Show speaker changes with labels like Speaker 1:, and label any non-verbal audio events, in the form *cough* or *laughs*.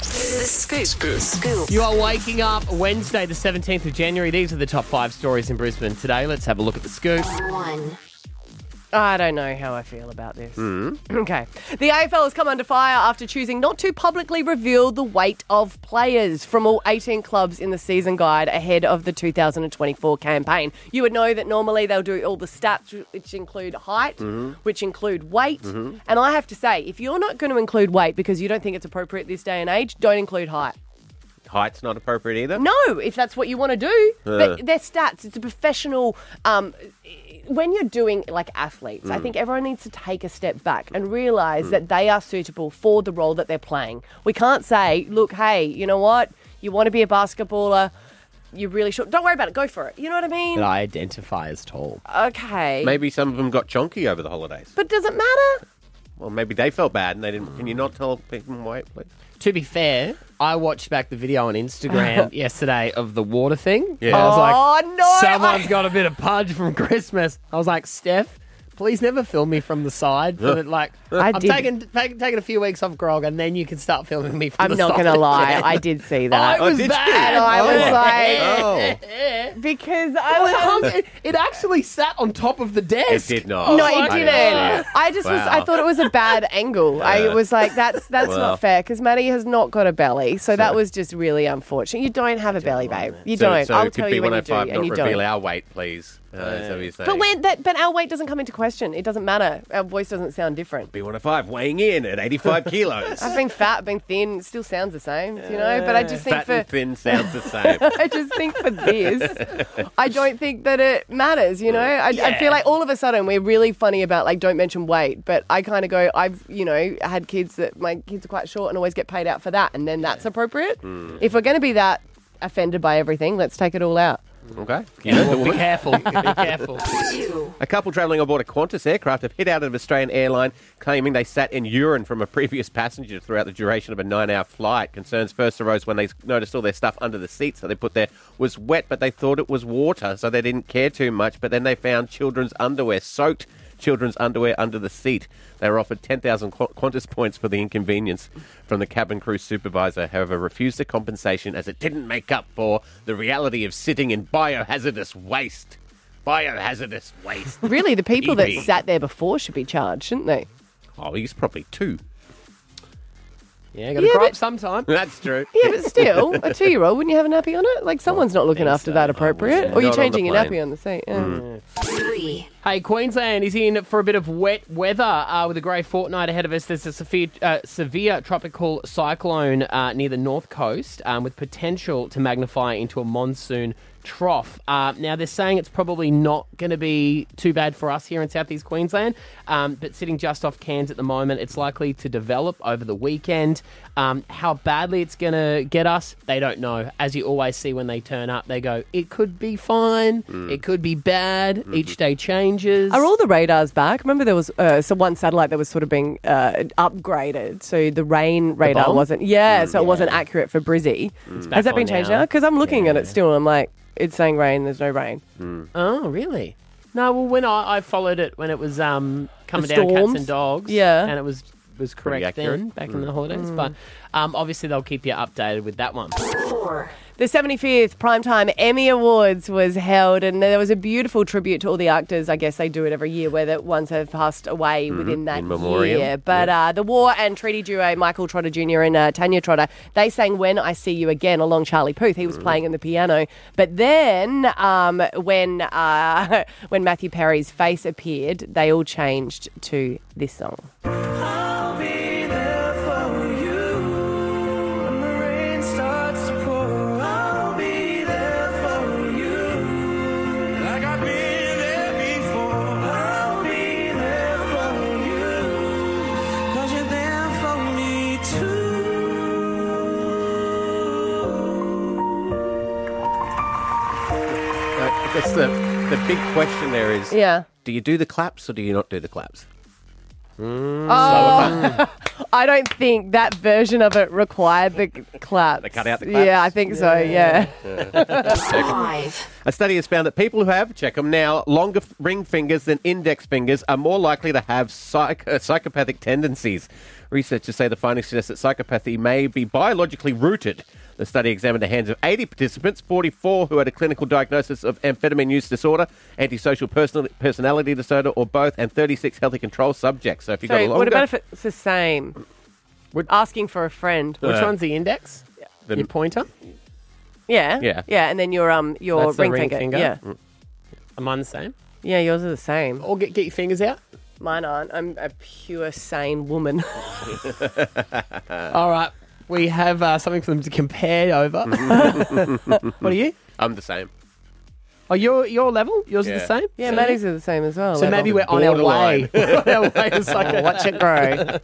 Speaker 1: The Scoop. Scoop.
Speaker 2: You are waking up Wednesday, the 17th of January. These are the top five stories in Brisbane today. Let's have a look at the scoop.
Speaker 1: One.
Speaker 3: I don't know how I feel about this. *clears throat* Okay. The AFL has come under fire after choosing not to publicly reveal the weight of players from all 18 clubs in the season guide ahead of the 2024 campaign. You would know that normally they'll do all the stats, which include height, which include weight. And I have to say, if you're not going to include weight because you don't think it's appropriate this day and age, don't include height.
Speaker 2: Height's not appropriate either.
Speaker 3: No, if that's what you want to do.
Speaker 2: Yeah.
Speaker 3: But their stats, it's a professional. Um, when you're doing like athletes,
Speaker 2: Mm.
Speaker 3: I think everyone needs to take a step back and realize that they are suitable for the role that they're playing. We can't say, look, hey, you know what? You want to be a basketballer. You're really short. Don't worry about it. Go for it. You know what I mean?
Speaker 2: That I identify as tall. Uh,
Speaker 3: Okay.
Speaker 2: Maybe some of them got chonky over the holidays.
Speaker 3: But does it matter?
Speaker 2: Well, maybe they felt bad and they didn't. Can you not tell people wait, please? To be fair, I watched back the video on
Speaker 3: *laughs*
Speaker 2: Instagram yesterday of the water thing. Yeah. I was like,
Speaker 3: oh, no.
Speaker 2: someone's
Speaker 3: I-
Speaker 2: got a bit of pudge from Christmas. I was like, Steph, please never film me from the side. For the, like,
Speaker 3: *laughs* I
Speaker 2: I'm
Speaker 3: did-
Speaker 2: taking, taking taking a few weeks off grog, and then you can start filming me. From
Speaker 3: *laughs* I'm
Speaker 2: the
Speaker 3: not
Speaker 2: side.
Speaker 3: going to lie. I did
Speaker 2: *laughs*
Speaker 3: see
Speaker 2: I
Speaker 3: that.
Speaker 2: was
Speaker 4: did you?
Speaker 2: bad.
Speaker 3: and I
Speaker 2: Oh.
Speaker 3: was like,
Speaker 4: Oh,
Speaker 3: because
Speaker 2: *laughs*
Speaker 3: I was
Speaker 2: it, *laughs* it actually sat on top of the desk.
Speaker 4: It did not.
Speaker 3: No,
Speaker 2: I
Speaker 3: it
Speaker 2: didn't
Speaker 3: didn't.
Speaker 4: see it.
Speaker 3: I just was. I
Speaker 4: Oh, Wow.
Speaker 3: thought it was a
Speaker 4: *laughs*
Speaker 3: bad angle. I was like, that's that's
Speaker 4: Well.
Speaker 3: not fair because Maddie has not got a belly, so that was just really unfortunate. You don't have a belly, babe. You
Speaker 4: so,
Speaker 3: don't.
Speaker 4: So
Speaker 3: I'll
Speaker 4: it could
Speaker 3: tell
Speaker 4: be
Speaker 3: you when you
Speaker 2: oh
Speaker 3: do,
Speaker 4: 105.
Speaker 3: and you
Speaker 4: not reveal
Speaker 3: don't.
Speaker 4: our weight, please. Uh, is that what you're saying?
Speaker 3: But when that, but our weight doesn't come into question. It doesn't matter. Our voice doesn't sound different.
Speaker 2: oh
Speaker 4: be 105, weighing in
Speaker 3: *laughs*
Speaker 4: at 85 kilos.
Speaker 3: I've been fat, been thin, it still sounds the same, you know. But I just think
Speaker 4: Fat
Speaker 3: for
Speaker 4: and thin sounds
Speaker 3: *laughs*
Speaker 4: the same.
Speaker 3: I just think for this,
Speaker 4: *laughs*
Speaker 3: I don't think that it matters, you know? I, I feel like all of a sudden we're really funny about, like, don't mention weight, but I kind of go, I've, you know, had kids that my kids are quite short and always get paid out for that, and then that's appropriate.
Speaker 4: Hmm.
Speaker 3: If we're going to be that offended by everything, let's take it all out.
Speaker 4: okay.
Speaker 3: *laughs*
Speaker 4: You know the
Speaker 2: Be
Speaker 4: woman?
Speaker 2: careful. Be careful.
Speaker 1: Two.
Speaker 4: A couple travelling on board a Qantas aircraft have hit out of an Australian airline, claiming they sat in urine from a previous passenger throughout the duration of a nine-hour flight. Concerns first arose when they noticed all their stuff under the seats that they put there was wet, but they thought it was water, so they didn't care too much. But then they found children's underwear soaked. Children's underwear under the seat. They were offered 10,000 Qu- Qantas points for the inconvenience from the cabin crew supervisor, however, refused the compensation as it didn't make up for the reality of sitting in biohazardous waste. Biohazardous waste.
Speaker 3: Really, the people that
Speaker 4: Easy.
Speaker 3: sat there before should be charged, shouldn't they?
Speaker 4: *laughs* Oh, he's probably two.
Speaker 2: Yeah, gotta
Speaker 3: Yeah,
Speaker 2: grow
Speaker 3: but-
Speaker 2: up sometime.
Speaker 4: That's true.
Speaker 3: Yeah,
Speaker 4: *laughs*
Speaker 3: but still, a two year old, wouldn't you have a nappy on it? Like, someone's not looking after that appropriate. Or
Speaker 4: Not
Speaker 3: you're
Speaker 4: on the
Speaker 3: changing your
Speaker 4: plane. Hmm.
Speaker 3: nappy on the seat. yeah.
Speaker 1: Three.
Speaker 2: Hey, Queensland is in for a bit of wet weather uh, with a grey fortnight ahead of us. There's a severe, uh, severe tropical cyclone uh, near the north coast um, with potential to magnify into a monsoon trough. Uh, now, they're saying it's probably not going to be too bad for us here in southeast Queensland, um, but sitting just off Cairns at the moment, it's likely to develop over the weekend. Um, how badly it's going to get us, they don't know. As you always see when they turn up, they go, it could be fine, it could be bad, each day changes.
Speaker 3: Are all the radars back? Remember, there was uh, so one satellite that was sort of being uh, upgraded, so the rain radar
Speaker 2: bomb? Mm,
Speaker 3: wasn't. Yeah, so it wasn't accurate for Brizzy. Has that
Speaker 2: on
Speaker 3: been changed
Speaker 2: now.
Speaker 3: now? Because I'm looking at it still, and I'm like, it's saying rain. There's no rain.
Speaker 2: oh, really? No, well, when I, I followed it when it was um, coming
Speaker 3: The
Speaker 2: down cats
Speaker 3: storms?
Speaker 2: and dogs,
Speaker 3: Yeah. Mm.
Speaker 2: and it was was correct
Speaker 4: accurate.
Speaker 2: then back in the holidays. But um, obviously they'll keep you updated with that one.
Speaker 1: Four.
Speaker 3: The 75th Primetime Emmy Awards was held, and there was a beautiful tribute to all the actors. I guess they do it every year, where the ones have passed away within that
Speaker 4: Mm-hmm. in memoriam.
Speaker 3: year. But uh, the War and Treaty duo Michael Trotter Jr. and uh, Tanya Trotter they sang "When I See You Again" along Charlie Puth. He was
Speaker 4: Mm-hmm.
Speaker 3: playing in the piano, but then um, when uh, *laughs* when Matthew Perry's face appeared, they all changed to this song.
Speaker 4: I guess the, the big question there is
Speaker 3: Yeah.
Speaker 4: do you do the claps or do you not do the claps?
Speaker 3: Oh. *laughs* I don't think that version of it required the claps. They
Speaker 4: cut out the
Speaker 3: Yeah,
Speaker 4: claps?
Speaker 3: I think so. Yeah.
Speaker 1: Five.
Speaker 4: A study has found that people who have, check them now, longer f- ring fingers than index fingers are more likely to have psych- uh, psychopathic tendencies. Researchers say the findings suggest that psychopathy may be biologically rooted. The study examined the hands of 80 participants, 44 who had a clinical diagnosis of amphetamine use disorder, antisocial personal, personality disorder, or both, and 36 healthy control subjects. So if you've got a
Speaker 3: So
Speaker 4: longer,
Speaker 3: what about if it's the same?
Speaker 2: Would-
Speaker 3: Asking for a friend.
Speaker 2: Which
Speaker 4: Yeah.
Speaker 2: one's the index?
Speaker 4: The-
Speaker 2: Uh, Your pointer?
Speaker 3: Yeah.
Speaker 4: Yeah.
Speaker 3: Yeah, and then your um your
Speaker 2: That's the
Speaker 3: ring,
Speaker 2: ring
Speaker 3: finger.
Speaker 2: finger.
Speaker 3: Yeah.
Speaker 2: Am I the same?
Speaker 3: Yeah, yours are the same.
Speaker 2: Or get, get your fingers out.
Speaker 3: Oh. Mine aren't. I'm a pure sane woman.
Speaker 2: Uh, All right. We have uh, something for them to compare over. *laughs* what are you?
Speaker 4: I'm the same.
Speaker 2: Oh, your your level? Yours are
Speaker 4: Yeah.
Speaker 2: the same?
Speaker 3: yeah,
Speaker 2: So-
Speaker 3: Maddie's are the same as well.
Speaker 2: So maybe we're on *laughs* our way.
Speaker 4: Borderline.
Speaker 2: We're on our way to psycho-
Speaker 3: watch it grow.